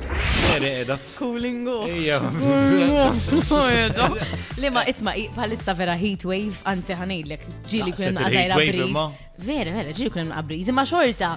ċari edha. Cooling off. Ejja. eh, Lima, isma, i- bħalissa vera heat wave, anzi ħanejlek, ġili kunem Daqset il-heat għazajra wave briz. imma. Vera, vera, ġili kunem għabriz. Imma xorta,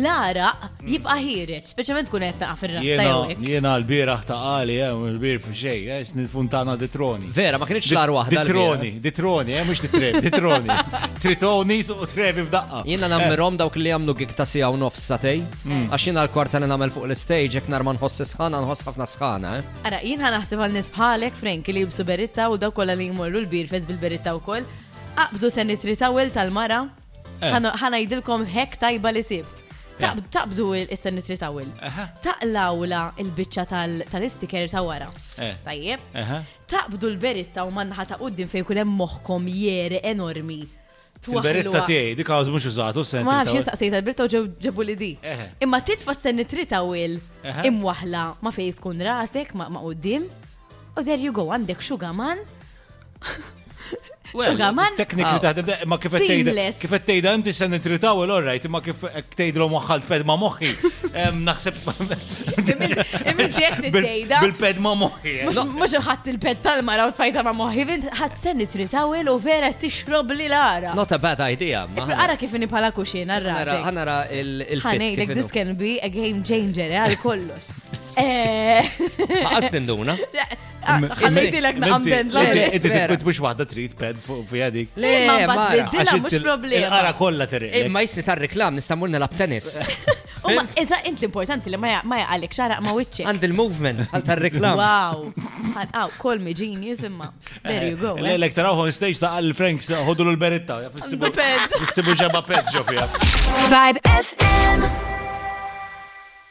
Lara Mm. jibqa ħireċ, speċjalment kun qed taqa' fir-rasta Jena, jew hekk. jena l-biraħ ta' għali, l-bir fi xej, eh, snin funtana di troni. Vera, ma kienx lar waħda. Ditroni, ditroni, eh, mux ditroni, ditroni. Tritoni su trevi f'daqqa. Jina nammerom dawk li għamlu gig ta' sija u nofs satej. Għax jina l-kwarta li namel fuq l-stage, jek narman nħoss sħana, nħoss ħafna sħana. eh. Ara, jien ħanaħseb għal nies bħalek Franki li jibsu beritta u daw kollha li jmorru l-birfez bil-beritta wkoll. Aqbdu se nitritawel tal-mara, Eh. ħana- ħanajdilkom hekk tajba li sibt. Ja. Taqb- Taqbdu il-sen nitritawel. Aha. Taqlawla il-bicċa tal-istiker ta' wara. Eh. Tajjeb. Aha. Taqbdu l-beritta u mannaħa ta' uddim fej kulem moħkom jere enormi. Twaħluha. Il-beretta tiegħi, dik għawż mhux użatu senti. Ma nafx ta' jistaqsejta l-birta u ġew- ġebu li di. Eħe. Imma titfa s-senni tritawil Eħe. imwaħla ma fej tkun rasek ma ma qoddim. U Oh, there you go, għandek xugaman. Well, Xugaman. Teknikli taħdem, da- ma kif tejda. Oh. Seamless. Kif tejda inti se nitritaw l-orrajt, ma eh, kif tejda moħħal ped ma Eh, moħħi. Em, Naħseb E Imin ġek bil- tejda. bil-ped ma moħħi. eh. Mux ħadd il-pet tal-mara u tfajta ma moħivin, ħadd senni tritawil u vera tixrob li l-ara. Not a bad idea, ma. Ara kif inni pala kuxin, ħanara- arra. ħanara il-fit. Honey, like kif this inhu. can be a game changer, eh, għal kollox. Eh, Ma għastinduna. ah, Ħallejti l-ek naqamden l-għajri. Inti Vera. titbit mux waħda trid ped fuq fuq jadik. Le, Ma Mara. batbiddila, Għax mux inti problema. Il-qara kollha tirri. Imma jisni tar-reklam, nistamur nilab tennis. Umma, eża, int l-importanti li ma ja- ma jaqalek xaraq ma wicċi. Għand il-movement, għand tar-reklam. Wow. Għaw, call me genius imma. There you go. eh. L-lek tarawħu stage ta' għal-Franks ħodu l-beretta. Biped. Fissibu ġeba ped ġofija. Vibe FM.